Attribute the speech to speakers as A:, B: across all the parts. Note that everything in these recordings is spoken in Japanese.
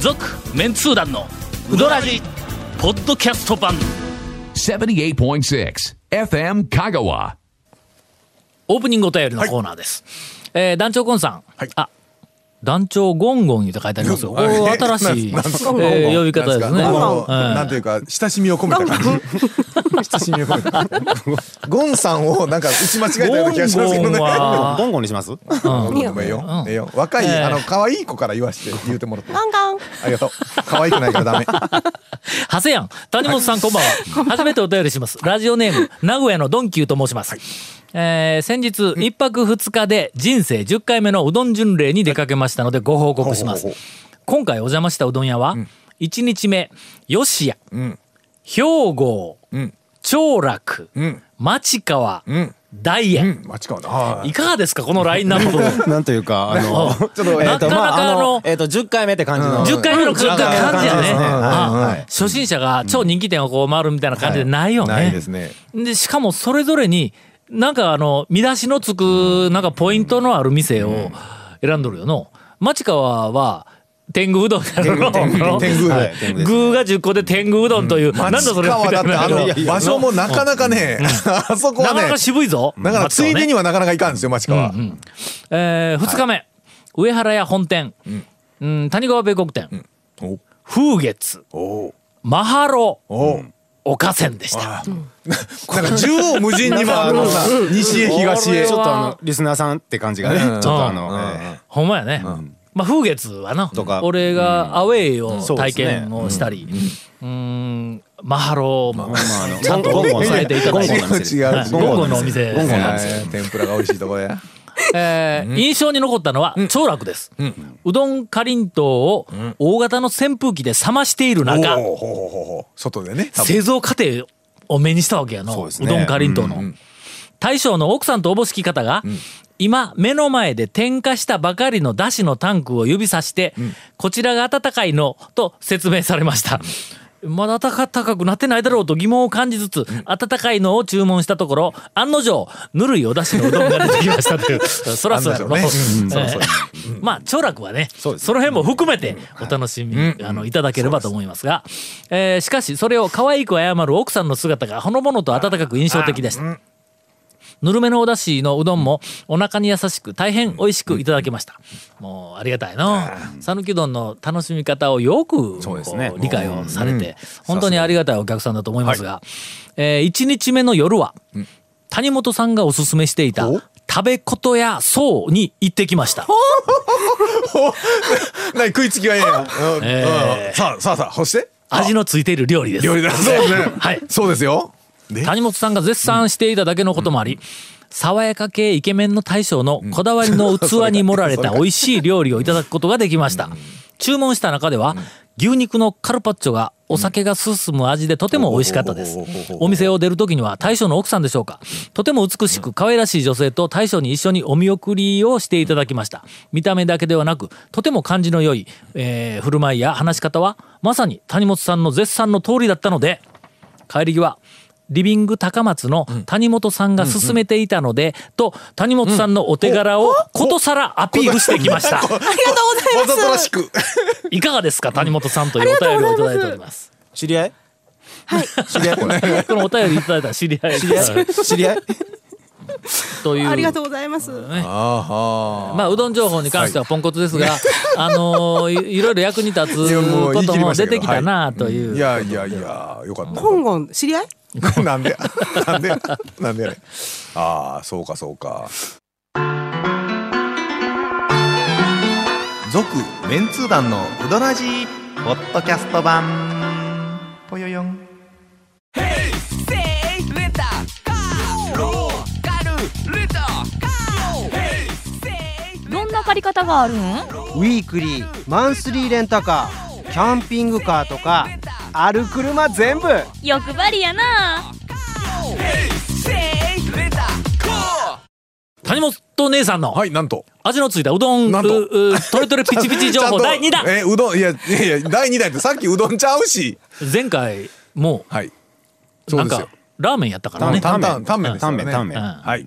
A: 続メンツー団のウドラジポッドキャスト版
B: 78.6 FM Kagawa.
A: オープニングお便りのコーナーです、えー団長ゴンさん、
C: はい
A: あ団長ゴンゴン言うて書いてありますよ。これ
C: はい
A: 新しい、え
C: なんすか
A: ー呼び方ですね。
C: なんか
A: は
C: こうなんていうか、親しみを込めた感じ。親しみを込めた感じ。ゴンさんをなんか打ち間違えたような気がしますけど
A: ゴン
C: ね
A: ゴン。は
D: ゴンゴンにします
C: ごめんごめんよ。ええよ。若い、
A: ええ
C: あの、可愛い子から言わして、言うてもらって。
E: ガンガン。
C: ありがとう。可愛くないからダメ。
A: い長谷やん、谷本さんこんばんは。初めてお便りします。ラジオネーム、名古屋のドンキューと申します。えー先日、1泊2日で人生10回目のうどん巡礼に出かけましたのでご報告します
C: ほうほ。
A: 今回お邪魔したうどん屋は、1日目、吉谷、
C: ん
A: 兵庫、
C: ん
A: 長楽、
C: ん
A: 町川、
C: ん
A: 大
C: う
A: 円。
C: ん、間違うな。はい
A: いかがですかこのラインナップ。
D: なんというか、あの、
C: ちょっと、え
D: え
C: ー
D: っ
A: なか
D: と、
A: な
D: ま
A: か
D: あ、あ
A: あの
D: の、えっと、10回目って感じの。
A: 10回目の感じやね。
D: うん
A: あ初心者が超人気店をこう回るみたいな感じでないよね。
C: ないですね。
A: でしかもそれぞれになんかあの見出しのつくなんかポイントのある店を選んどるよの町川は天狗うどんやろ
C: 天狗天狗
D: はい天狗です
A: 具が10個で天狗うどんという、なんだそれ
C: 町川だって、あ
A: みたいな
C: の、場所もなかなかね、あそこ
A: なか
C: は
A: な
C: ね
A: か、渋いぞ
C: だから、ついでにはなかなかいかんですよ、町川。
A: え2日目、上原屋本店、うん谷川米国店、
C: お
A: 風月
C: お
A: マハロ
C: お
A: おかせんでした
C: なんか、縦横無尽に回るのさ、西へ東へ
D: ち。ょっとあの、リスナーさんって感じがね、ちょっとあの、え
A: ほんまやね。まあ、風月はな
D: とか
A: 俺がアウェイを
D: そうで
A: 体
D: すね
A: 験をしたり、うーん、マハロも
D: ーまああの
A: ちゃんと
D: ゴンゴン
A: 押さえていただいて
D: ゴンゴンの店
C: 違う
A: はいゴンゴンのお店
D: ゴンゴンなんですよ。
C: えー天ぷらが美味しいところや。
A: えー印象に残ったのは長楽です。うどんかりんとうを大型の扇風機で冷ましている中、
C: おおほうほうほうほう外でね多分
A: 製造過程を目にしたわけやの
D: そう
A: う,、
D: ですね
A: どんかりんとうの、大将の奥さんとおぼしき方が、今目の前で点火したばかりのだしのタンクを指さして、こちらが温かいのと説明されました、まだ暖かくなってないだろうと疑問を感じつつ、温かいのを注文したところ、案の定、ぬるいお出汁のうどんが出てきましたという、そらそらの、
C: 案の定ねうん
A: えーまあ、長楽はね、その辺も含めてお楽しみ、あのいただければと思いますが、えーしかし、それを可愛く謝る奥さんの姿がほのぼのと温かく印象的でした。ぬるめのお出汁のうどんもお腹に優しく大変美味しくいただけました。もうありがたいな。讃岐うどんの楽しみ方をよく
D: そうですね
A: こう理解をされて、本当にありがたいお客さんだと思いますが、え1日目の夜は、谷本さんがおすすめしていた
C: お
A: 食べことやそうに行ってきました。
C: なに食いつきがええやんうんうんさあさあさあそして
A: 味のついている料理です。
C: 料理だそうですね
A: はい
C: そうですよで
A: 谷本さんが絶賛していただけのこともあり、爽やか系イケメンの大将のこだわりの器に盛られた美味しい料理をいただくことができました。注文した中では、牛肉のカルパッチョがお酒が進む味でとても美味しかったです。お店を出る時には大将の奥さんでしょうか。とても美しく可愛らしい女性と大将に一緒にお見送りをしていただきました。見た目だけではなく、とても感じの良い、えー振る舞いや話し方は、まさに谷本さんの絶賛の通りだったので、帰り際リビング高松の谷本さんが勧めていたので、と谷本さんのお手柄をことさらアピールしてきました
E: ありがとう
C: わざ
E: ござ
C: と
E: い
C: ら
E: ま
C: し
E: す。
C: く
A: いかがですか谷本さんというお便りをいただいております
D: 知り合いはい。知り合いこれ。
A: このお便りいただいた知り合い
D: 知り合い知り合い
A: という
E: ありがとうございます。
C: あ
A: まあうどん情報に関してはポンコツですが、あのーいいろいろ役に立
C: いや
A: つ
C: も
A: こ
C: う言い
A: と
C: 切り
A: も
C: ました
A: 出
C: け
A: て
C: ど
A: きたなあという、
C: ーいやいやいやよかっ
E: ゴンゴン知り合い？
C: たなんでなんでなんでやねんああそうかそうか
F: 続メンツー団のウドラジーポッドキャスト版ぽよよん
G: どんな借り方があるん
H: ウィークリーマンスリーレンタカーキャンピングカーとかある車全部
G: 欲張りやな
A: 谷本姉さんの
C: はいなんと
A: 味のついたうどん
C: なんと
A: ううトレトレピチピチ情
C: ちゃん
A: 報
C: と
A: 第2弾
C: えうどんいやいやいや第二弾ってさっきうどんちゃうし
A: 前回も
C: はいそう
A: な
C: で
A: ん
C: す
A: か
C: よ
A: ラーメンやったからね
C: タンタンタンメンですよ
D: タン
C: ね
D: メン、タンメン。
A: うん
D: はい。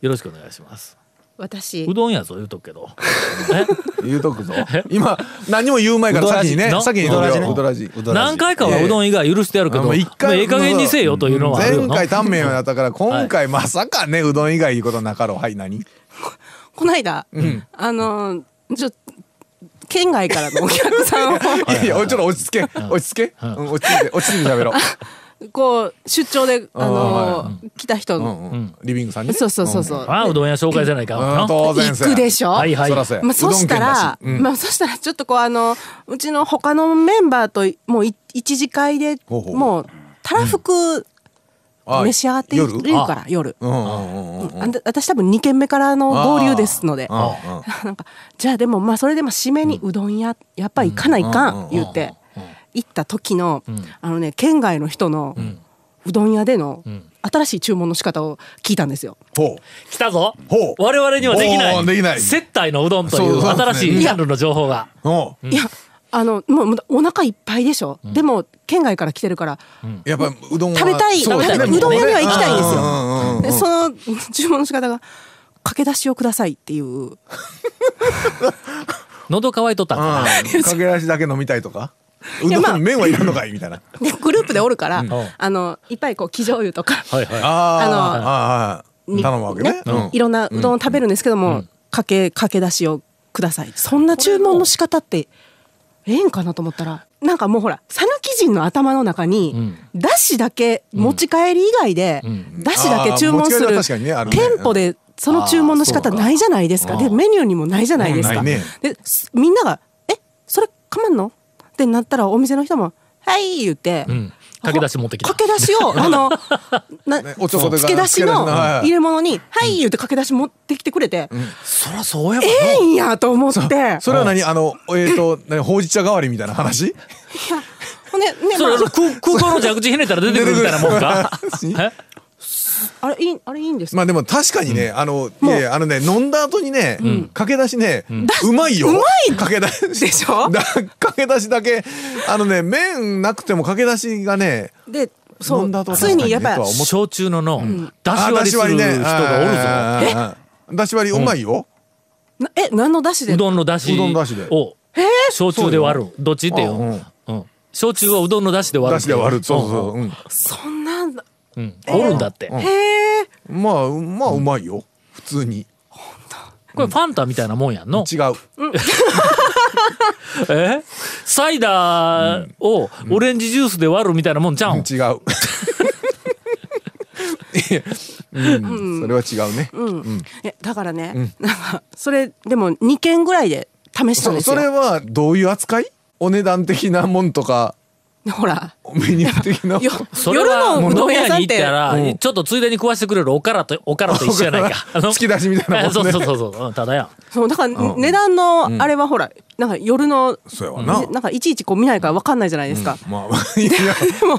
A: よろしくお願いします
E: 私
A: うどんやぞ言うとく けどえ
C: 言うとくぞ。今、何も言う前から先にね
A: うど、らじ
C: 先に言うとくようどらじ。
A: 何回かはうどん以外許してやるけ
C: あも
A: ど
C: う一回
A: ええ加減にせえよというのはあるよ
C: 前
A: な
C: 回タンメンやったから、今回まさかね、うどん以外いうことなかろう。はい、何
E: こないだ、あのーちょ県外からのお客 さんを
C: いやいや、おいちょっと落ち着け。落ち着け。うん落ち着いて、落ち着いて喋ろう。
E: こう出張であのー来た人
C: う
E: の、
C: んうんリビングさんにね。
E: そうそうそうそう、
A: あうどん屋紹介せないかん
C: うん。
A: わな
C: 当然
E: 行くでしょ、
A: はいはい
C: そらそや
E: まあ、そしたら、
C: うどん県だしうん
E: まあ、そしたらちょっとこうあのうちの他のメンバーともうい一次会で
C: ほうほう
E: もうたらふく
C: あ
E: 召し上がっている
C: 夜
E: から夜
C: うんうんうんうん
E: あんた私多分2軒目からの合流ですので
C: うんうん
E: なんかじゃあでもまあそれでまあ締めにうどん屋やっぱ行かないか
C: うんうん
E: ん言って行った時のあのね県外の人のうどん屋での新しい注文の仕方を聞いたんですよ。
C: ほ
A: 来たぞ
C: ほう
A: 我々にはできな
C: お
A: い
C: ーできない
A: 接待のうどんとい
C: そう
A: う
C: そう
A: 新しいジャンルの情報が
C: うほう
E: いやあのもうもうお腹いっぱいでしょ、でも県外から来てるから、
C: やっぱりうどんは
E: 食べたい
C: そうですね
E: 食べたいうどん屋には行きたいんですよ
C: うんうんうん
E: でその 注文の仕方が駆け出しをくださいっていう
A: 喉乾いとったんかな
C: うんかけらしだけ飲みたいとかう
E: や
C: ど
E: まあ
C: ん麺はいらんのかいみたいな
E: でグループでおるから、
A: ん
E: あのいっぱいこう生醤油とか
A: はいはい
C: あーあーあー
E: に
C: 頼むわけねうん
E: いろんなうどんを食べるんですけども、かけかけ出しをくださいそんな注文の仕方ってええんかなと思ったらなんかもうほら讃岐人の頭の中に、だしだけ持ち帰り以外で、だしだけ注文す
C: あー
E: る
C: 持ち帰りは確かにねあるね
E: 店舗でその注文の仕方ないじゃないですかでメニューにもないじゃないです
C: う
E: か、
C: んないね
E: ですみんなが「えそれかまんの?」ってなったらお店の人も「はい」言って、
A: うん駆け出し持ってきた
E: 駆け出し を、あの、な
C: おちょこでか
E: つけ出し
C: つけ出しの
E: の
C: はい
E: 入れ物に、はい、言って駆け出し持ってきてくれて、
A: そらそうやわ
E: え
A: な
E: えんやと思って、
C: それは何あのえっと 何ほうじ茶代わりみたいな話
E: ほんで、ね、
A: それ
E: ま
A: 空空港の蛇口ひねったら出てくるみたいなもんかえ
E: あ、あれ、いい、あれいいんですか
C: まあでも確かにねあのい
E: もう
C: やいやあのね飲んだ後にねかけ出しねうまいよ
E: うまい
C: かけ出し
E: でしょ
C: だかけ出しだけあのね麺なくてもかけ出しがね
E: で、そ
C: 飲んだ
E: う、
C: 後は
E: ついにやっぱ
C: 確かにねとは思
E: り、
A: 焼酎のの出
C: あ
A: し割りする人がおるぞ
C: がおるぞ出し割りうまいよ
E: なえ、何の出汁で
A: うどんの出汁
C: うどんの出汁で
A: を焼酎で割るどっちってよ
C: うんうん
A: うん焼酎をうどんの出汁で割る
C: 出汁で割るそうそうそううん
E: そんなんだ、
A: うんおるんだって
E: へえ、
C: まあうまあうまいよ普通に
A: これファンタみたいなもんやんの
C: 違う
A: えサイダーをオレンジジュースで割るみたいなもんちゃうん
C: 違う いやうんそれは違うね
E: えだからね、なんか、それ、でも2軒ぐらいで試したん
C: そ
E: です
C: それ
E: よ。
C: はどういう扱いお値段的なもんとか
E: ほら、
C: メニュー的なもん
E: よ
A: それ
E: 夜
A: は
E: のうどん屋さんっ
A: 行った
E: て、
A: らちょっとついでに食わしてくれるおからとおからと一緒やないか
C: おから突き出しみたいなもんね
A: そうそうそうそううんただやん
E: そう、だから値段の、あれはほら、なんか夜の、
C: そうやわな
E: なんかいちいちこう見ないから分かんないじゃないですか。
C: まあいや
E: でも、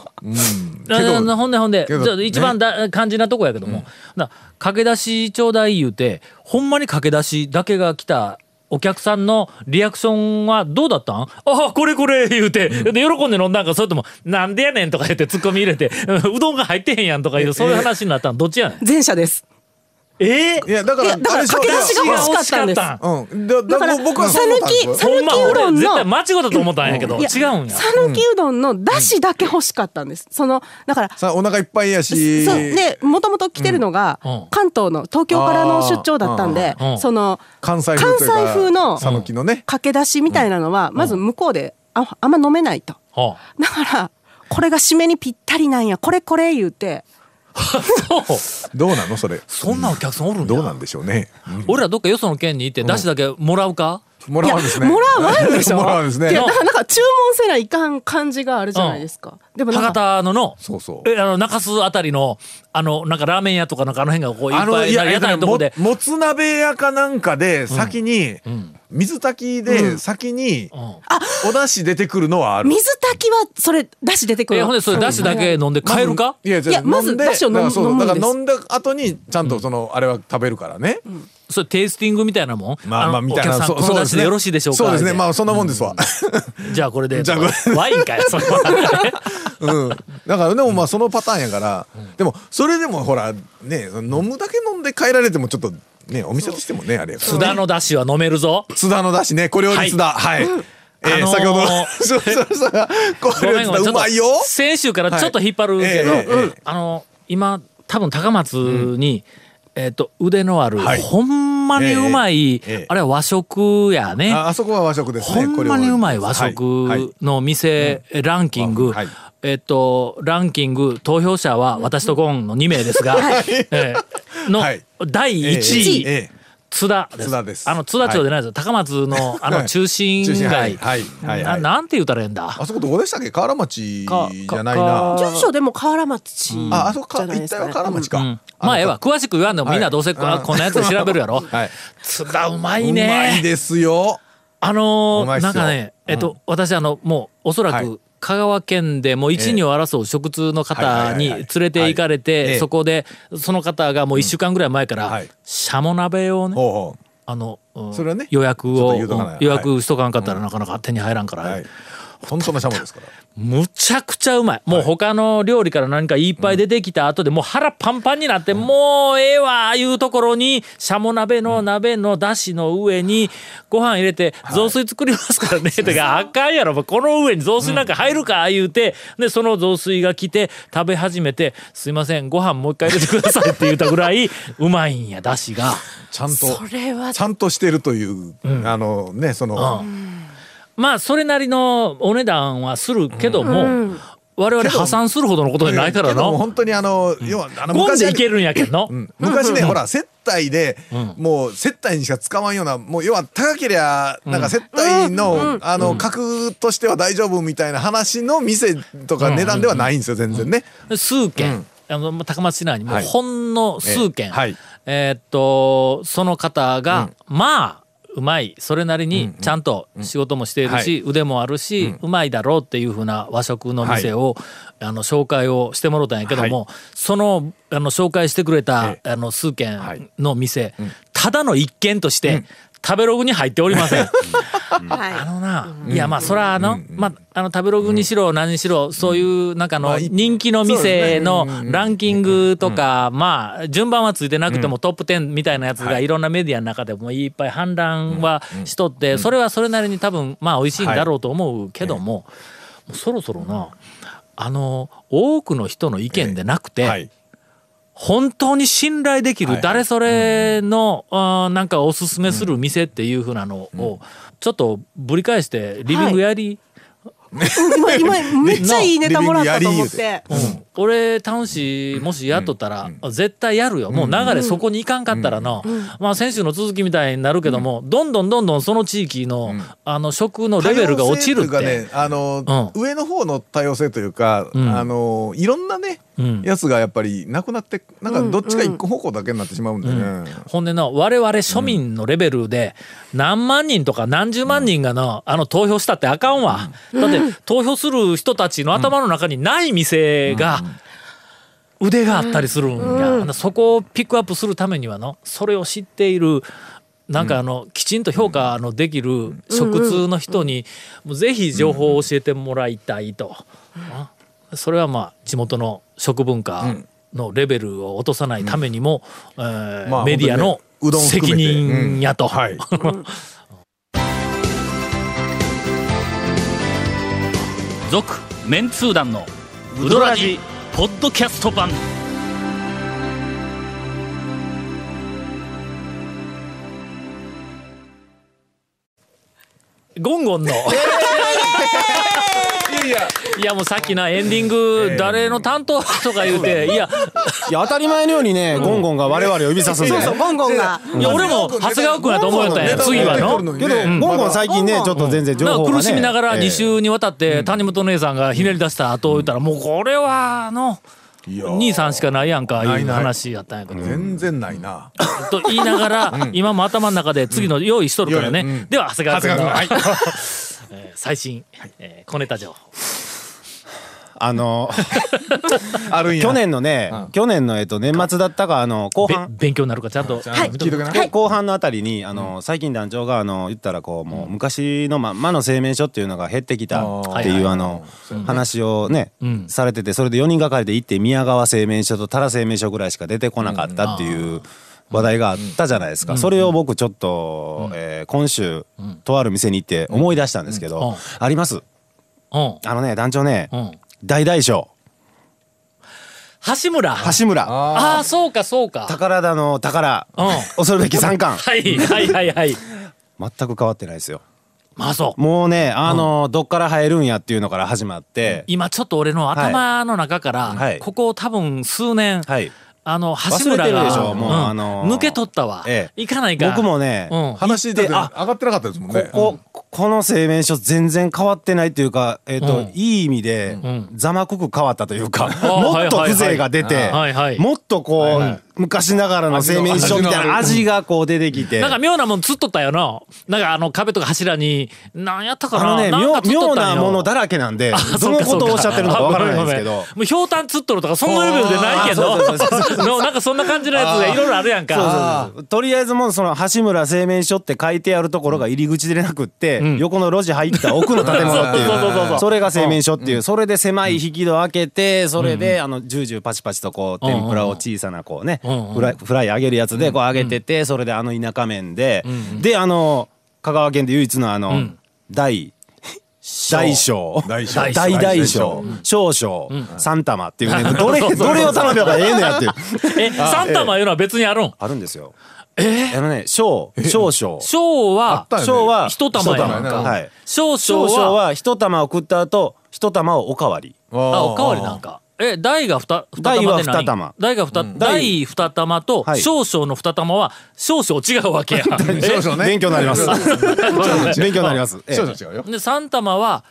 C: けど
A: あのほんでほんで、
C: けど
A: じゃあ一番だ、肝心なとこやけども、な駆け出しちょうだい言うてほんまに駆け出しだけが来たお客さんのリアクションはどうだったんああこれこれ言うて、で喜んで飲んだんかそれとも「なんでやねん」とか言ってツッコミ入れて 「うんうどんが入ってへんやん」とかいうそういう話になったんどっちやねん
E: 前者です。
A: え
C: いやだから
E: いやだか
C: あれ
E: ら
C: でしょ
E: 駆け出しが欲しかったんです
A: いや
C: うんだだ
E: だから
C: 僕はそう思ったんですよ
E: さぬき
A: ほんま
E: 讃岐うど
A: 俺
E: んの
A: 絶対間違ったと思ったんやけど、
E: いや
A: 違うんや。
E: 讃岐うどんのだしだけ欲しかったんです。そのだから。
C: さお腹いっぱいや
E: そ
C: し
E: うでもともと来てるのが
A: うん
E: 関東の東京からの出張だったんで
A: あーうん
E: その
C: 関西風というか
E: 関西風の
C: 讃岐のね
E: 駆け出しみたいなのはまず向こうでああんま飲めないと
A: は
E: だからこれが締めにぴったりなんやこれこれ言うて
A: あそう
C: どうなのそれ
A: そんなお客さんおるんや
C: どうなんでしょうね
A: 俺らどっかよその県に行って出汁だけもらうか、
C: もらわんですね
E: いやもらわんでし ょ
C: もらわんです
E: いや
C: ね
E: だからなんか注文せないかん感じがあるじゃないですかでもなん
A: 博
E: か
A: 多のの
C: そうそう
A: えあの中洲あたりのあのなんかラーメン屋とかなんかあの辺がこういっ
C: あの
A: ぱい
C: い
A: な
C: や
A: 屋台のとこ
C: も
A: で
C: もつ鍋屋かなんかで先に、水炊きで先に、お出汁出てくるのはある。
E: 水炊きはそれだし出てくる
A: えほんでそれ出汁だけ飲んで帰るか、
C: いやじゃあ
E: いやまず
C: 飲んで
E: 出汁を飲む
C: だからそう
E: 飲むんです
C: だから飲んだ後にちゃんとその、あれは食べるからね、
A: それテイスティングみたいなもん
C: まあま
A: の
C: あみたいな
A: お客さん
C: う
A: この出
C: う
A: 汁でよろしいでしょうか
C: そうですね
A: 言うて
C: まあそんなもんですわ、
A: じゃあこれで
C: じゃあこれ
A: ワインかよそれは
C: うん、だからでもまあそのパターンやから、でもそれでもほらねその飲むだけ飲んで帰られてもちょっとねお店としてもねあれやから
A: 津田の出汁は飲めるぞ
C: 津田のだしね小料理津田はい、えー
A: あのー
C: 先ほど そうそうそう小
A: ご
C: 料
A: め
C: 理
A: ん
C: 津
A: ごめんちょ
C: 田う
A: っと
C: まいよ
A: 先週からちょっと引っ張るけど、
C: はいええええ
A: あの今多分高松に、えっと腕のある、
C: はい
A: ほんまにうまい、
C: えええ
A: あれは和食やね
C: ああそこは和食です
A: ほ
C: ね
A: んまにうまい和食の店ランキング、
C: はい
A: えっと、ランキング投票者は私とゴンの2名ですが、 えーの
C: はい
A: 第1位、
C: え
A: 津田です。
C: 津田です
A: あの津田町じゃないですよ、高松のあの中心
C: 中心
A: 街、
C: はいはいはい
A: ななんて言ったらええんだ
C: あそこどこでしたっけ河原町じ
A: かか
C: ゃないな
E: 住所でも河原町
C: ああそこ
E: じ
C: か
E: ゃないで
C: 一
E: す
C: 帯
E: か
C: は
E: ね
C: 河原町か、
A: うんまあええわ詳しく言わんでもみんなどうせこ,、
C: はい
A: こんなやつで調べるやろ、
C: はい
A: 津田うまいう
C: まい
A: ね
C: ですよ
A: あの
C: うまい
A: ー、
C: っす
A: な
C: よ
A: んかねえっと、私あのもうおそら
C: はい
A: く香川県でもう一
C: ええ
A: 二を争う食通の方に
C: はいはいはいはい
A: 連れて行かれて、
C: ええ
A: そこでその方がもう一週間ぐらい前から、
C: うんはい
A: シャモ鍋をね
C: ほうほう
A: あの、うん
C: それはね
A: 予約
C: ちょっ
A: を
C: と言うとかない
A: 予約しとかんかったらなかなか手に入らんから、
C: はい本当のシャモですから
A: むちゃくちゃうまいもう他の料理から何かいっぱい出てきた後でもう腹パンパンになって、もうええわいうところにしゃも鍋の鍋のだしの上にご飯入れて雑炊作りますから ね、てかあかんやろもうこの上に雑炊なんか入るか言うてでその雑炊が来て食べ始めて「すいませんご飯もう一回入れてください」 って言ったぐらいうまいんやだしが。
C: ちゃんと
E: それは
C: ちゃんとしてるという、あのねその、
A: まあそれなりのお値段はするけども、我々破産するほどのことじゃないから
C: けども
A: の。
C: 本当にあの、要はあの
A: ゴンでい
C: あ
A: けるんやけんの。
C: うん昔ね、ほら接待で、もう接待にしか使わんようなもう要は高けりゃなんか接待の、あの格としては大丈夫みたいな話の店とか値段ではないんですよ全然ね。
A: 数件、あのまあ高松市内にもう
C: はい
A: ほんの数件、え
C: えはい
A: ーっとその方が、まあうまいそれなりにちゃんと仕事もしているし、腕もあるし、うまいだろうっていうふうな和食の店を、あの紹介をしてもろたんやけども、そのあの紹介してくれた、あの数件の店、ただの一軒として、食べログに入っておりませ ん。あのな、いやまあそらあの、まああの食べログにしろ何にしろ、そういうなんかの人気の店のランキングとか、まあ順番はついてなくてもトップ10みたいなやつがいろんなメディアの中でもいっぱい判断はしとって、それはそれなりに多分まあ美味しいんだろうと思うけども、もうそろそろな、あの多くの人の意見でなくて、
C: はい
A: 本当に信頼できる誰それの、あーなんかおすすめする店っていうふうなのをちょっとぶり返してリビングやり、
E: 今今めっちゃいいネタもらったと思
C: リ
E: っ
C: ビングや
E: て
A: うん俺タウン氏もしやっとったら、絶対やるよもう流れそこに行かんかったらの、まあ先週の続きみたいになるけども、どんどんどんどんその地域の,、あの食のレベルが落ちるって。
C: 多様性というかね、あの、
A: う
C: 上の方の多様性というか、
A: ん
C: あのいろんなね、
A: うん
C: やつがやっぱりなくなってなんかどっちか一個方向だけになってしまうんでね。
A: ほんでな我々庶民のレベルで何万人とか何十万人がな、あの投票したってあかんわ、だって投票する人たちの頭の中にない店が腕があったりするんや、ほんでそこをピックアップするためにはのそれを知っているなんかあのきちんと評価のできる食通の人にもうぜひ情報を教えてもらいたいと。あそれはまあ地元の食文化のレベルを落とさないためにも、えー
C: まあ
A: メディアの
C: 本当にねうどん含めて
A: 責任やと。
C: はい
A: 続、メンツー団のウドラジポッドキャスト版。ゴンゴンの。いやもうさっきなエンディング誰の担当とか言うていや
D: いや当たり前のようにね、ゴンゴンが我々を呼び指すんで、
E: そうそう
D: ね。
E: ゴンゴンが
A: いや俺も長谷川君やと思うたんや次はの。
D: けど、ゴンゴン最近ね、ちょっと全然情
A: な
D: 報
A: ん
D: が、
A: か
D: ね、
A: 苦しみながら
D: ええ
A: 2週にわたって谷本姉さんがひねり出した後を言ったらもうこれはあの
C: いやー
A: 兄さんしかないやんか
C: ないいうない
A: 話やったんやけど。
C: 全然ないな。
A: と言いながら今も頭の中で次の用意しとるから
C: うんう
A: ね
C: ん
A: では長谷川
C: 長
A: 君
C: 谷
A: の
C: 川君はい
A: えー最新えー小ネタ情報。
D: あの、
C: あるんや。
D: 去年のね、去年のえっと年末だったか、あの後
A: べ
D: 半。
A: 勉強になるかちゃんと
C: はい聞いとけな
D: で後半のあたりにあの、最近団長があの言ったらこうもう昔のまんまの製麺所っていうのが減ってきたって
A: あ
D: い
A: ー
D: うあの話をね、されててそれで4人がかりで行って宮川製麺所と多良製麺所ぐらいしか出てこなかったっていう話題があったじゃないですか、それを僕ちょっと、えー今週、とある店に行って思い出したんですけど、
A: うんうん
D: あります
A: うん。
D: あのね団長ね、
A: うん
D: 大大将
A: 橋村。
D: 橋村
A: ああ、そうか、そうか。
D: 宝田の宝、
A: うん
D: 恐るべき三冠
A: はい、はい、はい、はい。
D: 全く変わってないですよ
A: まあ、そう。
D: もうねあの、どっから入るんやっていうのから始まって、
A: 今ちょっと俺の頭の中から、
D: はい
A: ここ多分数年、
D: はい
A: あの橋村
D: 忘れてる
A: が
D: でしょもう
A: うん
D: あのー
A: 抜け取ったわ、
D: ええ
A: 行かないか
D: 僕もね、
A: うん
C: 話だって上
D: あ
C: がってなかったですもんね。
D: こここの製麺所全然変わってないっていうか、えっと
A: うん
D: いい意味で
A: ん
D: ざまくく変わったというか、
A: あ
D: もっと風情が出
A: は
D: て
A: いはいはい
D: もっとこう、昔ながらの製麺所みたいな味がこう出てきて。
A: なんか妙なもんつっとったよななんかあの壁とか柱に何やったか
D: あ
A: な
D: のね
A: なん
D: 妙
A: かつっと
D: 妙
A: ったんよ
D: なものだらけなん で
A: あそっか
D: どのことをおっしゃってるのかわからないんです
A: そ
D: けど
A: っかあごめんごめんもうひょうたんつっとるとかそんなレベルでないけど
D: あそうそうそうそ
A: のなんかそんな感じのやつでいろいろあるやんか
D: とりあえずもうその橋村製麺所って書いてあるところが入り口でなくって、
A: ん
D: 横の路地入った奥の建物ってい
A: そうそうそうそう
D: うそれが製麺所っていう、それで狭い引き戸開けてそれであのジュージューパチパチとこう
A: うんうん
D: 天ぷらを小さなこうね、
A: うんうん
D: フライフライ揚げるやつでこう揚げてて、それであの田舎麺で、であの香川県で唯一のあの、
A: ん
D: 大大小
C: 大小
D: 大大小小小三玉ってい うねどれ
A: そうそうそう
D: どれを頼めばええのやっていう。
A: え三玉いうのは別にあるん
D: あるんですよ。えあのね、小、小小。
A: 小は
C: たよね
D: 小は、
A: 一玉やん
C: 一玉やな
A: か
D: はい。
A: 小小
D: 小
A: は
D: 小は、一玉を食った後、一玉をおかわり。
A: あ、おかわりなんか。え、大が二二
D: 大
A: 玉
D: は
A: でない
D: 二玉
A: 大が二、大二玉と
D: はい
A: 少々の二玉は少々違うわけ や。
C: 少々ね。
D: 勉強になります。 勉強になります。ええ
C: 少々違うよ。
A: で三玉は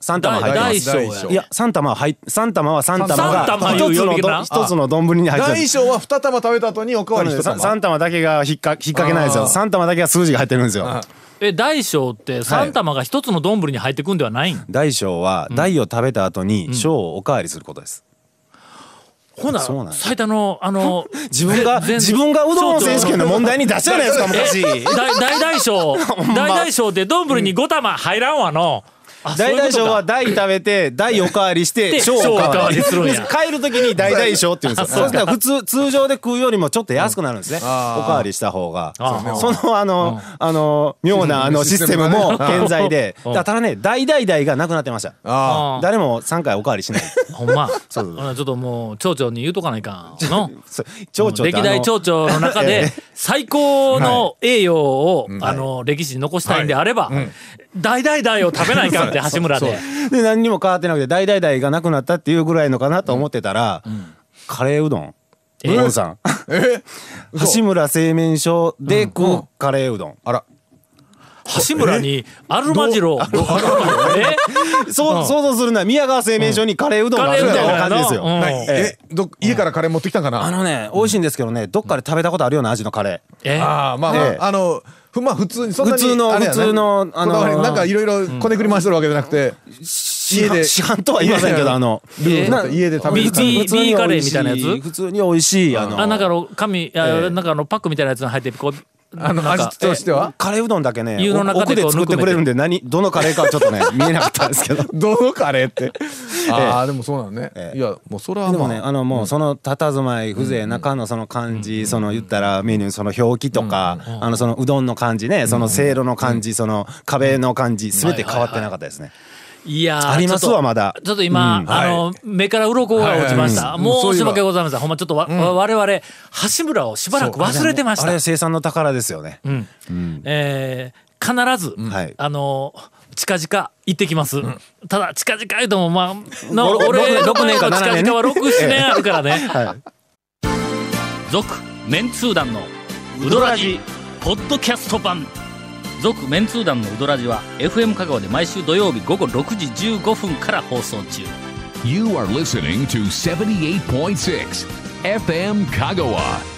D: 三玉
A: 大
D: 入ってま
A: 大
D: す。
A: 小や
C: 大小。
D: いや、三玉は入っ、三玉は三玉が、
A: 三玉いう
D: 一つ
A: 呼び
D: の
A: 方
D: ど、
A: な
D: 一つの丼に入って
C: 大
D: る。
C: 小は二玉食べた後におかわり一
D: 三
C: 玉。
D: 三玉だけが引っか引っ掛けないですよ。三玉だけが数字が入ってるんですよ。
A: え、大小って三玉が一つの丼に入ってくんではないん。
D: 大小は大を食べた後に小をおかわりすることです。
A: ほな
D: そうなん、や
A: 最多の、あの、
D: 自分が
A: 全
D: 自分がうどん選手権の問題に出したじゃないですか昔。
A: 大大大 小、大大小って丼に五玉入らんわの。あ
D: 大大小は、
A: そういうこ
D: 大食べて大おかわりし
A: で
D: て小おかわり
A: 小おかわりするんや
D: 帰る時に大大小って言うんですよそうしたら普通通常で食うよりもちょっと安くなるんですねおかわりした方が
A: あー
D: そのあのあの妙な あのシステムも健在で
A: うん
D: だからね大大大がなくなってました
C: あ
A: とか
D: 誰も3回おかわりしない
A: うんほんま。
D: そうそう
A: ほなちょっともう、町長に言うとかない かん。の。
D: そう蝶々って
A: 歴
D: あ
A: 代
D: の
A: 町長の中
D: え
A: で
D: え
A: 最高の栄養を、あの歴史に残したいんであれば、大大大を食べない かんって橋村で
D: で何にも変わってなくて大大大がなくなったっていうぐらいのかなと思ってたら、カレーうどん
A: え
D: うどんさん 橋村製麺所で食うカレーうどん、
C: あら。
A: 橋村にアルマジロえ
D: そう想像するなら宮川製麺所にカレーうどんがあるみたいな感じですよ、
A: カレーうどんがある
C: ないえ、どっ家からカレー持ってきたんか
D: あ
C: な。
D: のね美味しいんですけどねどっかで食べたことあるような味のカレー
A: え
C: ああ、まあま
D: ええ
C: あ、あの、ふまあ普通にそんなに
D: 普通の
C: あれやね
D: 普通のあの
C: こだわりなんかいろいろこねくり回してるわけじゃなくて、
D: 市販市販とは言いませんけどあの
A: ルー
D: な
C: 家で食べ
A: ビビ
C: る
D: 普通に美味し
A: ビーカレーみたいなやつ
D: 普通に美味しいあの
A: あなんかの紙、あなんかあのパックみたいなやつに入ってこう
C: あの
A: なんか
C: 味としては
D: カレーうどんだけね
A: 湯の中で
D: 奥で
A: こう
D: 作ってくれるんで何どのカレーかはちょっ とね見えなかったんですけど
C: どのカレーって。ああ、でもそうなのね
D: え。え
C: いや、もうそれは
D: でも
C: も
D: ね
C: う。
D: あのもうその佇まい風情中のその感じその言ったらメニューその表記とかあのそのうどんの感じねそのせいろの感じその壁の感じ全て変わってなかったですね
A: いやー
D: ありますわ
A: ちょっと
D: まだ
A: ちょっと今、
D: うん
A: あの、目から鱗が落ちました。
C: はいはいうん
A: も
C: そううい
A: し
C: えば
A: 訳ございません。ほんまちょっとわ、我々、橋村をしばらく忘れてまし
D: あれ
A: た。
D: 生産の宝ですよね
A: うんえー必ず、
D: はい
A: あの近々行ってきます、ただ近々言うともまあな
D: ご
A: 俺
D: ろく
A: 6年
D: 年
A: か
D: か
A: 近
D: 七年ね
A: 々は67年あるからね
D: はい
A: 続メンツー団のウドラジポッドキャスト版続メンツー団のウドラジは FM 香川で毎週土曜日午後6時15分から放送中
B: You are listening to 78.6 FM Kagawa.